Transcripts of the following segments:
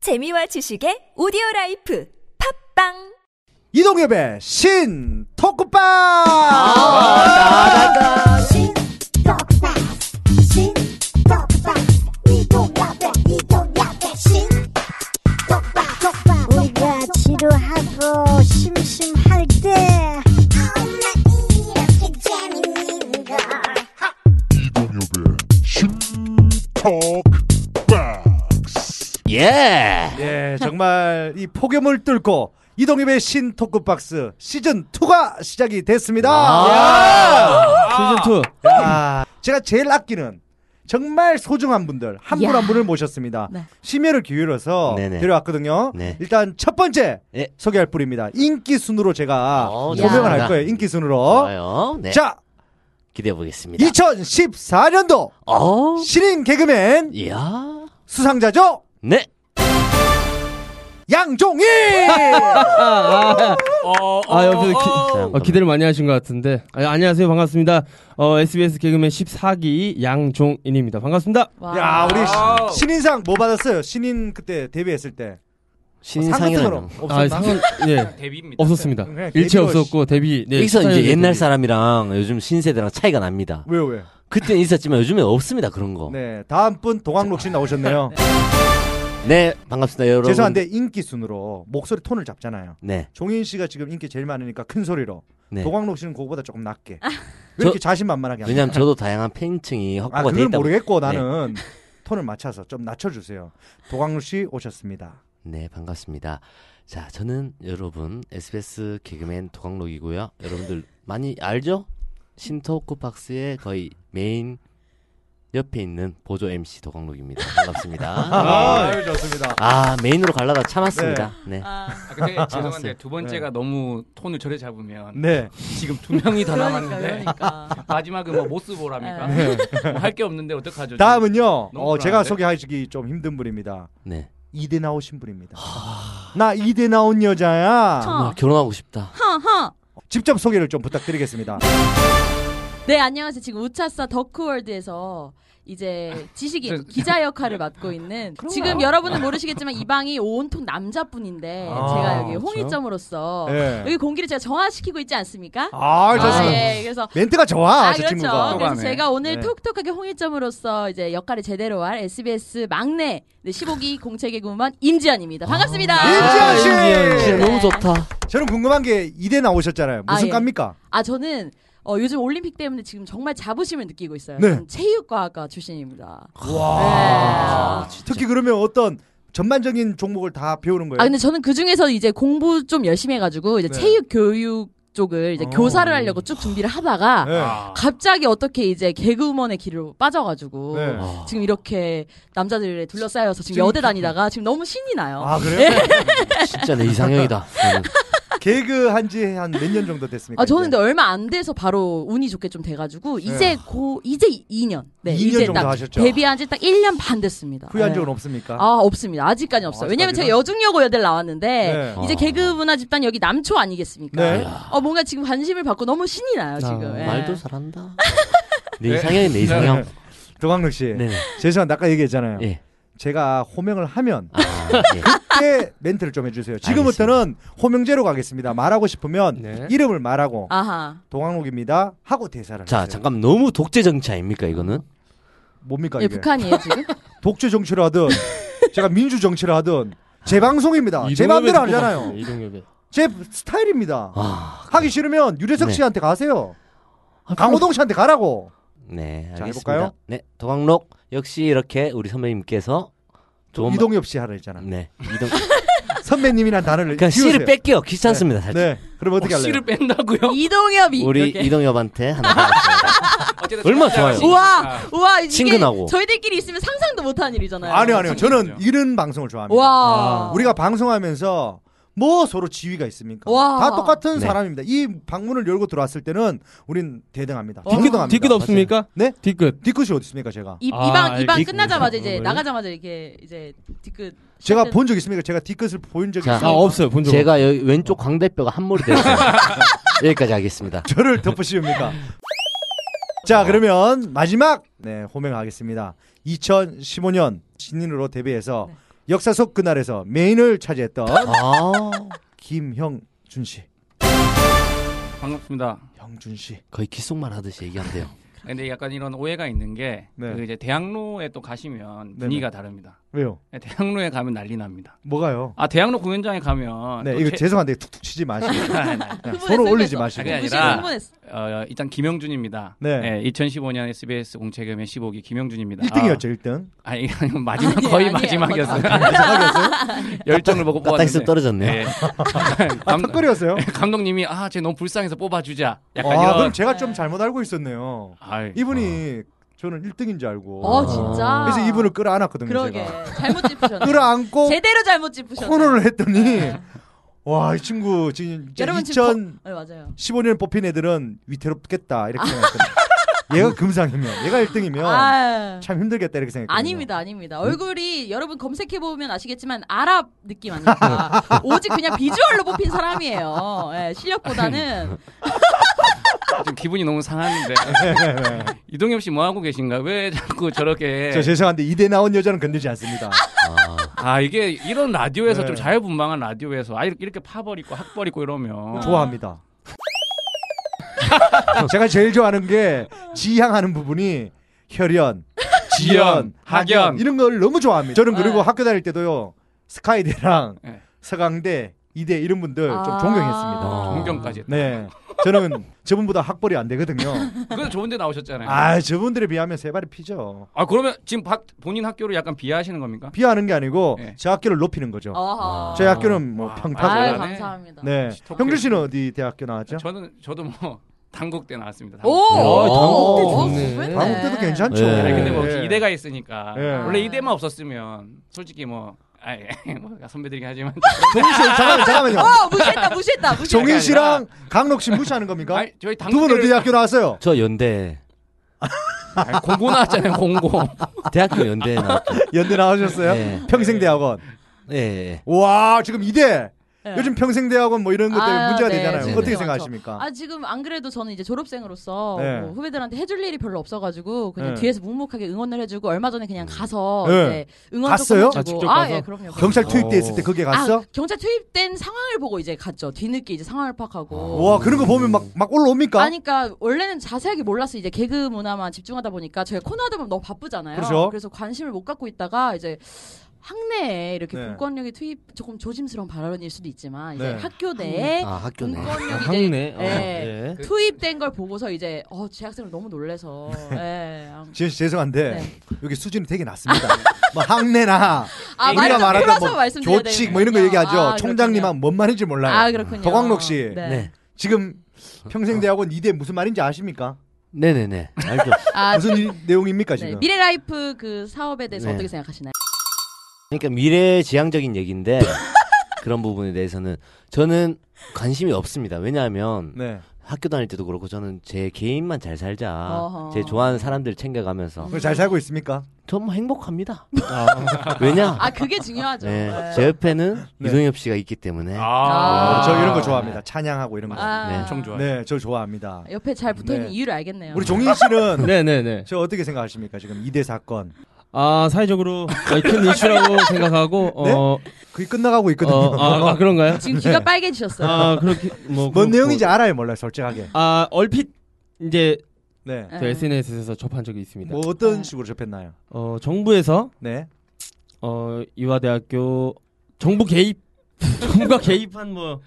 재미와 지식의 오디오 라이프 팝빵 이동엽의 신 토크방 아, 우리가 지루하고 심심할 때 예. 예 정말 이 폭염을 뚫고 이동엽의 신 토크박스 시즌 2가 시작이 됐습니다 아. 시즌 2. 야, 제가 제일 아끼는 정말 소중한 분들 한 분 한 분을 모셨습니다 심혈을 기울여서 네네. 데려왔거든요 네. 일단 첫 번째 예. 소개할 분입니다 인기 순으로 제가 어, 소명을 좋습니다. 할 거예요 인기 순으로 좋아요. 네. 어? 자 기대해 보겠습니다. 2014년도 어. 신인 개그맨 이야. 수상자죠 네. 양종희 아, 여기서 기, 어, 어, 기대를 많이 하신 것 같은데. 아, 안녕하세요. 반갑습니다. 어, SBS 개그맨 14기 양종인입니다. 반갑습니다. 아, 야 우리 시- 신인상 뭐 받았어요 신인 그때 데뷔했을 때 신상이라는. 아, 상은, 예. 데뷔입니다. 없었습니다. 그냥 일체 데뷔로 없었고, 데뷔. 예, 네, 여기서 14년에 이제 옛날 데뷔. 사람이랑 요즘 신세대랑 차이가 납니다. 왜요 왜? 그때는 있었지만 요즘에 없습니다 그런 거. 네, 음. 네 다음 분 동학록 씨 나오셨네요 네, 반갑습니다 여러분. 죄송한데 인기 순으로 목소리 톤을 잡잖아요 네. 종인 씨가 지금 인기 제일 많으니까 큰 소리로 네. 동학록 씨는 그거보다 조금 낮게 왜 저- 이렇게 자신만만하게 하냐 왜냐면 저도 다양한 팬층이 아 확보가 돼 그건 있다. 보니- 모르겠고 네. 나는 톤을 맞춰서 좀 낮춰주세요 동학록 씨 오셨습니다 네 반갑습니다. 자 저는 여러분 SBS 개그맨 도광록이고요. 여러분들 많이 알죠? 신토크 박스의 거의 메인 옆에 있는 보조 MC 도광록입니다. 반갑습니다. 아 좋습니다 아 메인으로 갈라다 참았습니다. 네. 아, 근데 죄송한데 두 번째가 너무 톤을 저래 잡으면 네 지금 두 명이 더 남았는데 마지막은 뭐 모스보랍니까? 네. 뭐 할 게 없는데 어떡하죠? 다음은요 어, 너무 제가 불안한데? 소개하시기 좀 힘든 분입니다 네. 이대 나오신 분입니다. 나 이대 나온 여자야. 정말 아, 결혼하고 싶다. 허허. 직접 소개를 좀 부탁드리겠습니다. 어. 네 안녕하세요. 지금 우차사 더크월드에서 이제 저- 지식인 기자 역할을 맡고 있는 지금 여러분은 모르시겠지만 이 방이 온통 남자뿐인데 아, 제가 여기 그렇죠? 홍일점으로서 예. 여기 공기를 제가 정화시키고 있지 않습니까? 아, 아, 좋습니다. 예. 그래서 멘트가 좋아, 아, 저 그렇죠. 친구가. 그래서 소감에. 제가 오늘 네. 톡톡하게 홍일점으로서 이제 역할을 제대로 할 SBS 막내 네, 15기 공채개구먼 임지연입니다. 반갑습니다. 아, 임지연 씨! 진짜 네. 너무 좋다. 저는 궁금한 게 이대 나오셨잖아요. 아, 무슨 예. 과입니까? 아 저는 어, 요즘 올림픽 때문에 지금 정말 자부심을 느끼고 있어요. 네. 저는 체육과학과 출신입니다. 와. 아, 네. 아, 특히 그러면 어떤 전반적인 종목을 다 배우는 거예요? 아 근데 저는 그 중에서 이제 공부 좀 열심히 해가지고 이제 네. 체육 교육 쪽을 이제 어. 교사를 하려고 쭉 준비를 하다가 네. 아. 갑자기 어떻게 이제 개그우먼의 길로 빠져가지고 네. 아, 지금 이렇게 남자들에 둘러싸여서 지금, 지금 여대 다니다가 지금 너무 신이 나요. 아, 그래요? 네. 진짜 내 이상형이다. 저는. 개그 한지 한 몇 년 정도 됐습니까? 아, 그러니까 저는 이제? 네. 근데 얼마 안 돼서 바로 운이 좋게 좀 돼가지고 이제 고 이제 2년 네 2년 이제 정도 딱 하셨죠? 데뷔한 지 딱 1년 반 됐습니다. 후회한 네. 적은 없습니까? 아 없습니다. 아직까지 없어요. 왜냐면 제가 아직까지는? 여중여고 여대를 나왔는데 네. 이제 아. 개그문화 집단 여기 남초 아니겠습니까? 네. 어 뭔가 지금 관심을 받고 너무 신이 나요 아, 지금. 예. 말도 잘한다. 네. 내 이상형이 내 이상형. 동학록 씨. 네네. 죄송한데 아까 얘기했잖아요. 예. 제가 호명을 하면 아, 예. 그때 멘트를 좀 해주세요. 지금부터는 호명제로 가겠습니다. 말하고 싶으면 네. 이름을 말하고 아하. 동학록입니다 하고 대사를 자 하세요. 잠깐 너무 독재 정치 아닙니까 이거는? 뭡니까 예, 이게 북한이에요 지금? 독재 정치를 하든 제가 민주 정치를 하든 아, 제 방송입니다 제 마음대로 하잖아요 네, 이동엽의. 제 스타일입니다 아. 하기 싫으면 유재석 네. 아, 씨한테 가세요 강호동 씨한테 가라고 네 자, 알겠습니다. 해볼까요? 네 도광록 역시 이렇게 우리 선배님께서 좋은 마- 이동엽 씨 하라 했잖아 네 이동. 선배님이란 단어를 그냥 띄우세요. 씨를 뺄게요. 귀찮습니다 살짝. 네 그럼 어떻게 어, 할래요 씨를 뺀다고요? 네. 이동엽이 우리 이렇게. 이동엽한테 하나. 하겠습니다. 어쨌든 얼마나 참가자가 좋아요. 우와 있으니까. 우와 이게 친근하고. 저희들끼리 있으면 상상도 못한 일이잖아요. 아니요 아니요 저는 진짜요? 이런 방송을 좋아합니다 네. 와. 우리가 방송하면서 뭐 서로 지위가 있습니까? 와. 다 똑같은 네. 사람입니다. 이 방문을 열고 들어왔을 때는 우린 대등합니다. 어? 동등합니다. 뒤끝 없습니까? 네? 뒤끝. 뒤끝이 어디 있습니까, 제가? 이, 아, 이방 이방 알겠- 끝나자마자 이제 네. 어, 나가자마자 이렇게 이제 그 뒤끝. 제가 시작된- 본 적 있습니까? 제가 뒤끝을 보인 적이 자, 있어요. 아, 없어요. 본 적. 없어요. 제가 여기 왼쪽 광대뼈가 한 몰이 되었어요. 여기까지 하겠습니다. 저를 덮으시옵니까? 자, 그러면 마지막 네, 호명하겠습니다. 2015년 신인으로 데뷔해서 역사 속 그날에서 메인을 차지했던 어? 아, 김형준 씨, 반갑습니다. 형준 씨. 거의 귓속말 하듯이 얘기한대요. 근데 약간 이런 오해가 있는 게 네. 그 이제 대학로에 또 가시면 분위기가 다릅니다. 왜요? 대학로에 가면 난리 납니다. 뭐가요? 아 대학로 공연장에 가면 네, 아, 또 아, 이거 최- 죄송한데 툭툭 치지 마시고 그냥 흥분했어, 서로 올리지 흥분했어. 마시고. 그게 아니라- 굳이 흥분했어. 어, 일단 김영준입니다. 네. 2015년 SBS 공채금의 15기 김영준입니다. 1등이었죠, 1등. 아, 아니, 이건 마지막 아니에요, 거의 아니에요. 마지막이었어요. 열정을 보고 까딱 있으면 뽑았는데. 떨어졌네요. 예. 아, 감, 턱걸이었어요? 독님이 아, 쟤 너무 불쌍해서 뽑아주자. 약간 아, 이런. 그럼 제가 네. 좀 잘못 알고 있었네요. 아이, 이분이 저는 1등인 줄 알고. 어 진짜. 그래서 이분을 끌어안았거든요, 그러게 제가. 잘못 짚으셨네. 끌어안고 제대로 잘못 짚으셨네. 코너를 했더니 와, 이 친구 지금 여러분 2000 네, 맞아요. 15년 뽑힌 애들은 위태롭겠다 이렇게 생각했거든요. 얘가 금상이면 얘가 1등이면 아. 참 힘들겠다 이렇게 생각했거든요. 아닙니다, 아닙니다. 얼굴이 여러분 검색해 보면 아시겠지만 아랍 느낌 아닙니까? 오직 그냥 비주얼로 뽑힌 사람이에요. 예, 실력보다는 지금 기분이 너무 상하는데. 이동엽 씨 뭐 하고 계신가? 왜 자꾸 저렇게. 저 죄송한데 이대 나온 여자는 건들지 않습니다. 아, 이게 이런 라디오에서 네. 좀 자유분방한 라디오에서 아, 이렇게, 이렇게 파버리고 학버리고 이러면. 좋아합니다. 제가 제일 좋아하는 게 지향하는 부분이 혈연, 지연, 지연, 학연 학연. 이런 걸 너무 좋아합니다. 저는 그리고 네. 학교 다닐 때도요 스카이대랑 네. 서강대, 이대 이런 분들 좀 아. 존경했습니다. 아. 공경까지. 네, 저는 저분보다 학벌이 안 되거든요. 그래서 좋은데 나오셨잖아요. 아, 저분들에 비하면 세 발이 피죠. 아 그러면 지금 박, 본인 학교를 약간 비하하시는 겁니까? 비하하는 게 아니고 네. 제 학교를 높이는 거죠. 어허. 제 학교는 뭐 아. 아유, 평타고. 아, 감사합니다. 네, 덕분에- 형준 씨는 어디 대학교 나왔죠? 저는 저도 뭐 단국대 나왔습니다. 오, 어, 오, 오, 좋네. 오, 좋네. 한국 때도 괜찮죠. 네. 아니, 근데 뭐 예. 이대가 있으니까 예. 원래 이대만 없었으면 솔직히 뭐 아, 예. 뭐 선배들이긴 하지만 종인 씨 잠깐만 잠깐만요. 어, 무시했다, 무시했다, 무시했다. 종인 씨랑 강록 씨 무시하는 겁니까? 아니, 저희 두 분 어디 단국대 대학교 나왔어요? 저 연대 공고 나왔잖아요 공고. 대학교 연대 나왔죠. 연대 나오셨어요? 네. 평생대학원. 예, 예. 와 지금 이대 네. 요즘 평생대학원 뭐 이런 것 때문에 아유, 문제가 네, 되잖아요. 네, 어떻게 네. 생각하십니까? 아 지금 안 그래도 저는 이제 졸업생으로서 네. 뭐 후배들한테 해줄 일이 별로 없어가지고 그냥 네. 뒤에서 묵묵하게 응원을 해주고 얼마 전에 그냥 가서 네. 이제 응원 갔어요? 아, 조금 해주고 직접 아, 가서? 예, 그럼요. 그럼요. 경찰 투입돼 있을 때 거기에 갔어? 아, 경찰 투입된 상황을 보고 이제 갔죠. 뒤늦게 이제 상황을 파악하고. 와 그런 거 보면 막 막 올라옵니까? 어. 아니, 그러니까 원래는 자세하게 몰랐어. 이제 개그 문화만 집중하다 보니까 제가 코너 하다 보면 너무 바쁘잖아요. 그렇죠. 래서 관심을 못 갖고 있다가 이제 학내에 이렇게 네. 공권력이 투입 조금 조심스러운 발언일 수도 있지만 이제 네. 학교 내에 아, 학교네. 아, 공권력이 이제 학네. 어, 예. 예. 투입된 걸 보고서 이제 어 재학생을 너무 놀래서 예. 지현 씨 죄송한데 네. 여기 수준이 되게 낮습니다. 뭐 학내나 아, 우리가 말좀 말하던 풀어서 뭐 말씀드려야 교칙 뭐 이런 거 되겠군요. 얘기하죠. 아, 총장님은 뭔 말인지 몰라요. 아 그렇군요. 덕광록 씨. 네. 네. 지금 평생대학원 이대 무슨 말인지 아십니까? 네, 네, 네. 알죠. 아, 무슨 일- 내용입니까 네. 지금? 미래라이프 그 사업에 대해서 네. 어떻게 생각하시나요? 그러니까 미래 지향적인 얘기인데 그런 부분에 대해서는 저는 관심이 없습니다. 왜냐하면 네. 학교 다닐 때도 그렇고 저는 제 개인만 잘 살자. 어허. 제 좋아하는 사람들 챙겨가면서 아, 그거 잘 살고 있습니까? 정말 행복합니다. 아, 왜냐? 아 그게 중요하죠. 네, 네. 제 옆에는 네. 이동엽 씨가 있기 때문에 아. 저 이런 거 네. 좋아합니다. 찬양하고 이런 거. 아, 네. 엄청 좋아요. 네, 저 예. 좋아합니다. 옆에 잘 붙어 있는 네. 이유를 알겠네요. 우리 종인 씨는 네, 네, 네. 저 어떻게 생각하십니까? 지금 이대 사건. 아, 사회적으로 거의 큰 이슈라고 생각하고 네? 어, 그게 끝나가고 있거든요. 어 아, 아, 그런가요? 지금 귀가 빨개지셨어요. 아, 그렇게 뭐 뭔 그렇고. 내용인지 알아요, 몰라요, 솔직하게. 아, 얼핏 이제 네. 네. 저 SNS에서 접한 적이 있습니다. 뭐 어떤 네. 식으로 접했나요? 어, 정부에서 네. 어, 이화대학교 정부 개입 정부가 개입한 뭐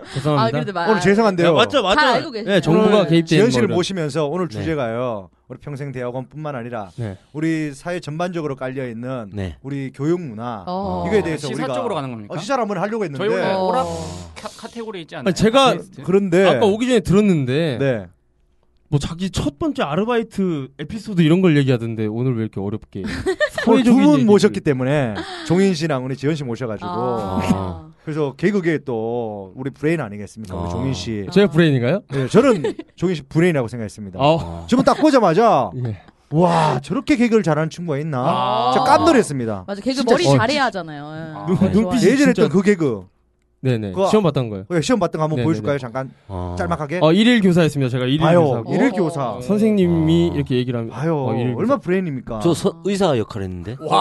아, 죄송합니다. 그래도 말. 오늘 죄송한데요. 맞죠, 뭐 맞죠. 잘 알고 계시죠. 네, 정부가 네. 개입된 지현 씨를 거를- 모시면서 오늘 네. 주제가요. 우리 평생 대학원뿐만 아니라 네. 우리 사회 전반적으로 깔려 있는 네. 우리 교육 문화 어. 이거에 대해서 시사 우리가 쪽으로 가는 그러니까? 겁니까? 어, 시사를 한번 하려고 했는데 저희 원래 어. 오락 카, 카테고리 있지 않나요? 아니, 제가 아티스트? 그런데 아까 오기 전에 들었는데 네. 뭐 자기 첫 번째 아르바이트 에피소드 이런 걸 얘기하던데 오늘 왜 이렇게 어렵게 오늘 사회적인 두분 얘기를- 모셨기 때문에 종인 씨랑 우리 지현 씨 모셔가지고 아. 그래서 개그계 또 우리 브레인 아니겠습니까? 우리 아. 종인 씨. 제가 브레인인가요? 네, 저는 종인 씨 브레인이라고 생각했습니다. 아, 저분 딱 보자마자 예. 와 저렇게 개그를 잘하는 친구가 있나? 아. 제가 깜놀했습니다. 맞아 개그 진짜 머리 어. 잘해야 하잖아요. 예. 네, 눈- 좋아요. 눈빛이 예전에 진짜- 했던 그 개그 네네. 그거- 시험 봤던 거예요. 예, 시험 봤던 거 한번 네네네. 보여줄까요? 잠깐 어. 짤막하게. 어, 일일 교사였습니다. 제가 일일 아유, 교사고. 일일 어. 교사. 선생님이 어. 이렇게 얘기를 하면 아유, 어, 일일 얼마 나 브레인입니까? 저 서, 의사 역할 했는데. 교사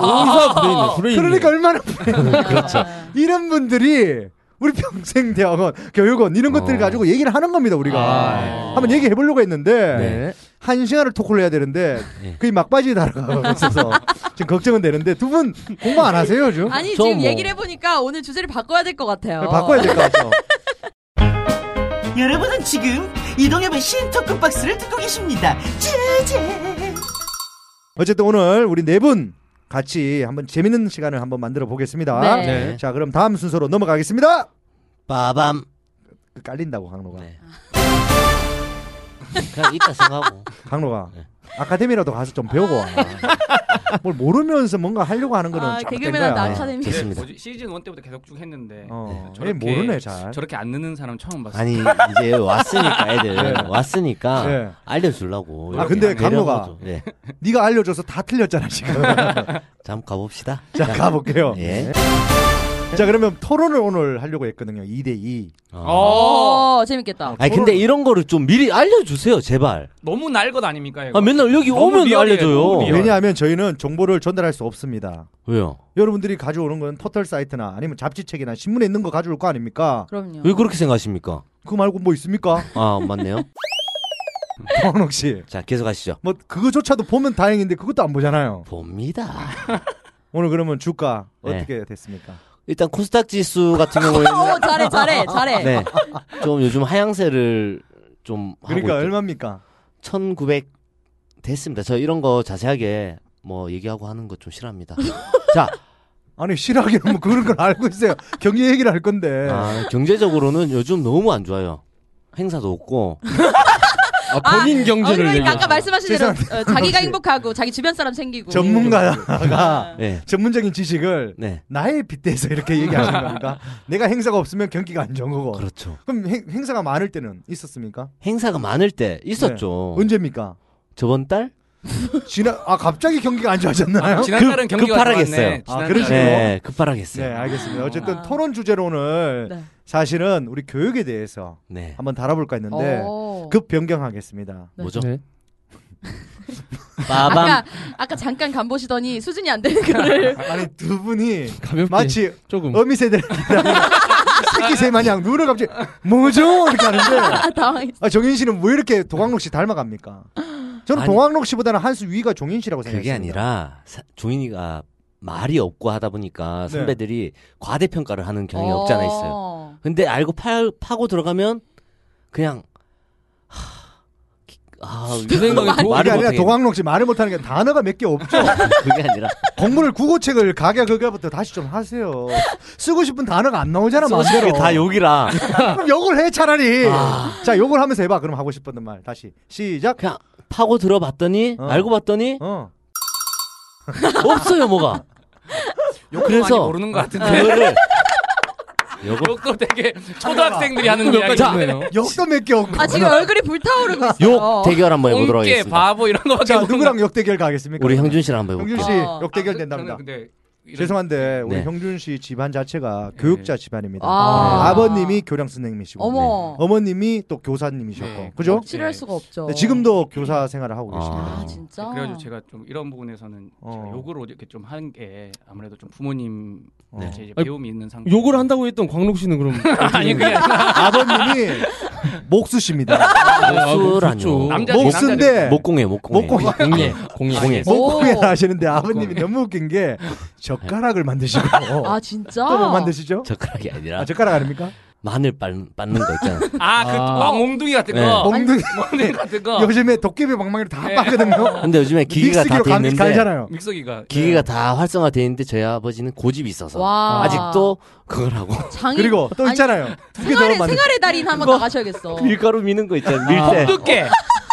브레인이에요. 브레인. 그러니까 얼마나 그렇죠. 이런 분들이 우리 평생 대학원, 교육원 이런 것들 어. 예. 가지고 얘기를 하는 겁니다 우리가. 아. 한번 얘기해 보려고 했는데 네. 한 시간을 토크를 해야 되는데 네. 거의 막바지에 달아가고 있어서 지금 걱정은 되는데 두 분 공부 안 하세요 요즘? 아니 저 지금 뭐- 얘기를 해보니까 오늘 주제를 바꿔야 될 것 같아요. 네, 바꿔야 될 것 같아요. 여러분은 지금 이동엽의 신토크 박스를 듣고 계십니다. 제제. 어쨌든 오늘 우리 네 분 같이 한번 재밌는 시간을 한번 만들어 보겠습니다. 네. 네. 자 그럼 다음 순서로 넘어가겠습니다. 빠밤. 그 깔린다고 강로가. 네. 그냥 이따 생각하고. 강로가 네. 아카데미라도 가서 좀 배우고 와. 뭘 모르면서 뭔가 하려고 하는 거는 아, 잘못된 개그맨한테 거야. 아카데미. 이게 됐습니다. 뭐지? 시즌 1 때부터 계속 쭉 했는데 어, 네, 얘 저렇게- 모르네 잘. 저렇게 안 느는 사람 처음 봤어요. 아니 이제 왔으니까 애들 네. 왔으니까 네. 알려주려고. 아, 근데 이렇게 강호가- 내려가죠. 네. 네가 알려줘서 다 틀렸잖아 지금. 잠 가봅시다. 자 가볼게요. 예. 자 그러면 토론을 오늘 하려고 했거든요. 2대 2. 어. 오, 재밌겠다. 어. 아니 근데 이런 거를 좀 미리 알려주세요 제발. 너무 날 것 아닙니까? 이거? 아 맨날 여기 네, 너무 오면 리얼해요, 알려줘요. 너무 리얼. 왜냐하면 저희는 정보를 전달할 수 없습니다. 왜요? 여러분들이 가져오는 건 포털 사이트나 아니면 잡지책이나 신문에 있는 거 가져올 거 아닙니까? 그럼요. 왜 그렇게 생각하십니까? 그거 말고 뭐 있습니까? 아 맞네요. 황홍 씨. 자 계속하시죠. 뭐 그거조차도 보면 다행인데 그것도 안 보잖아요. 봅니다. 오늘 그러면 주가 네. 어떻게 됐습니까? 일단 코스닥 지수 같은 경우에는 오, 어, 잘해, 잘해, 잘해. 어, 네. 좀 요즘 하향세를 좀 하고 그러니까 있죠. 얼마입니까? 1900 됐습니다. 저 이런 거 자세하게 뭐 얘기하고 하는 거 좀 싫어합니다. 자, 아니 실하기는 뭐 그런 걸 알고 있어요. 경제 얘기를 할 건데. 아, 경제적으로는 요즘 너무 안 좋아요. 행사도 없고 아, 본인 어, 경제를 그러니까 얘기해. 아까 말씀하신 대로 어, 자기가 행복하고 자기 주변 사람 생기고 전문가가 네. 전문적인 지식을 네. 나의 빗대서 이렇게 얘기하시는 겁니까? 내가 행사가 없으면 경기가 안 좋은 거고. 그렇죠. 그럼 행, 행사가 많을 때는 있었습니까? 행사가 많을 때 있었죠. 네. 언제입니까? 저번 달? 지난 아 갑자기 경기가 안 좋아졌나요? 지난달은 급- 경기가 급하게 좋았네. 했어요. 아, 지난달은. 그러시구나. 그, 네, 급하게 네, 했어요. 알겠습니다. 어쨌든 아. 토론 주제로 오늘 네. 사실은 우리 교육에 대해서 네. 한번 다뤄볼까 했는데 그 오. 급 변경하겠습니다. 뭐죠? 네. 빠밤. 아까 아까 잠깐 간 보시더니 수준이 안 되는 거를 아니 두 분이 가볍게 마치 조금 어미 세대를 새끼 세 마냥 눈을 갑자기 뭐죠 이렇게 하는데 아, 당황했어. 아, 정인 씨는 왜 이렇게 동학록 씨 닮아갑니까? 저는 아니. 동학록 씨보다는 한 수 위가 종인 씨라고 생각해요. 그게 아니라 사- 종인이가 말이 없고 하다 보니까 네. 선배들이 과대평가를 하는 경향이 없잖아 있어요. 근데 알고 파, 파고 들어가면 그냥 하, 기- 아, 그 생각이 도- 그게 말을 아니라 못하겠네. 동학록 씨 말을 못하는 게 단어가 몇 개 없죠. 그게 아니라 공부를 국어책을 가게 그거부터 다시 좀 하세요. 쓰고 싶은 단어가 안 나오잖아 마음대로. 그게 다 욕이라 그럼 욕을 해 차라리. 아. 자 욕을 하면서 해봐. 그럼 하고 싶었던 말 다시 시작. 그냥 파고 들어봤더니 어. 알고 봤더니 어. 없어요 뭐가 욕도 그래서- 많이 모르는 것 네. 같은데. 그거를 요거 욕도 되게 초등학생들이 하는 몇 가지 이야기. 있네요. 욕도 몇 개 없고. 아 지금 얼굴이 불타오르고 있어요. 욕 대결 한번 해보도록 꽁깨, 하겠습니다. 바보 이런 거밖에 자 모르는 누구랑 거- 욕 대결 가겠습니까? 우리 형준 씨랑 한번 형준 해볼게요. 씨 어. 욕 대결 아, 된답니다. 저는 근데 이런- 죄송한데 우리 네. 형준 씨 집안 자체가 네. 교육자 집안입니다. 아. 아. 버님이 교량 선생님이시고 어머. 님이또 교사님이셨고 네. 그죠? 그렇지. 싫어할 수가 없죠. 네, 지금도 교사 생활을 하고 아. 계십니다. 아 진짜. 네, 그래가지고 제가 좀 이런 부분에서는 어. 제가 욕을 이렇게 좀 한 게 아무래도 좀 부모님 어. 제 이제 배움이 있는 상태. 욕을 한다고 했던 광록 씨는 그럼 아니 예. 그냥 아버님이 목수십니다. 아, 그렇죠. 목수라뇨. 남자 목수인데 목공예 목공예. 목공예. 공예 아, 공예 공예. 목공예 오. 하시는데 아버님이 너무 웃긴 게 젓가락을 만드시고 아 진짜. 또뭐 만드시죠? 젓가락이 아니라 아, 젓가락 아닙니까? 마늘 빨- 빻는 거 있잖아. 아그 아. 몽둥이 같은 네. 거. 엉덩이 몽둥이 같은 거. 요즘에 도깨비 방망이로 다 네. 예. 빠거든요. 근데 요즘에 기계가 다 믹스기로 돼 감- 있는데 갈잖아요. 믹서기가 네. 기계가 네. 다 활성화돼 있는데 저희 아버지는 고집이 있어서 와. 아직도 그걸 하고 장인. 그리고 또 아니, 있잖아요. 두개더 생활의 만드. 생활의 달인 한번 나가셔야겠어. 밀가루 미는 거 있잖아 밀대 두께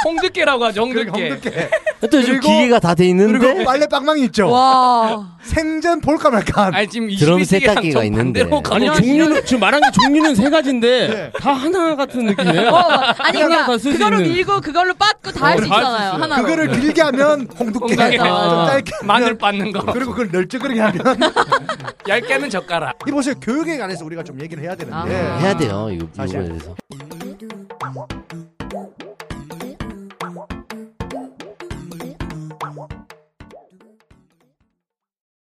홍두깨라고 하죠. 홍두깨. 그러니까 홍두깨. 또 요즘 그리고- 기계가 다 돼 있는데 그리고 빨래 빵망이 있죠. 와. 생전 볼까 말까. 한. 아니 지금 드럼 21세기랑 세탁기가 좀 있는데. 반대로 아니 가는 종류는 지금 말한 게 종류는 세 가지인데 네. 다 하나 같은 느낌이에요. 어, 아니 하나 그냥 다쓸수 그걸로 있는. 밀고 그걸로 빻고 다 할 수 다 할수 있잖아요. 있어요. 하나로. 그거를 길게 하면 홍두깨. 홍두깨. 좀 아. 짧게 마늘 하면 빻는 거. 그리고 그걸 널쩍거리게 하면 얇게는 젓가락. 이 보세요 교육에 관해서 우리가 좀 얘기를 해야 되는데 아하. 해야 돼요. 이거 사실. 부분에 대해서.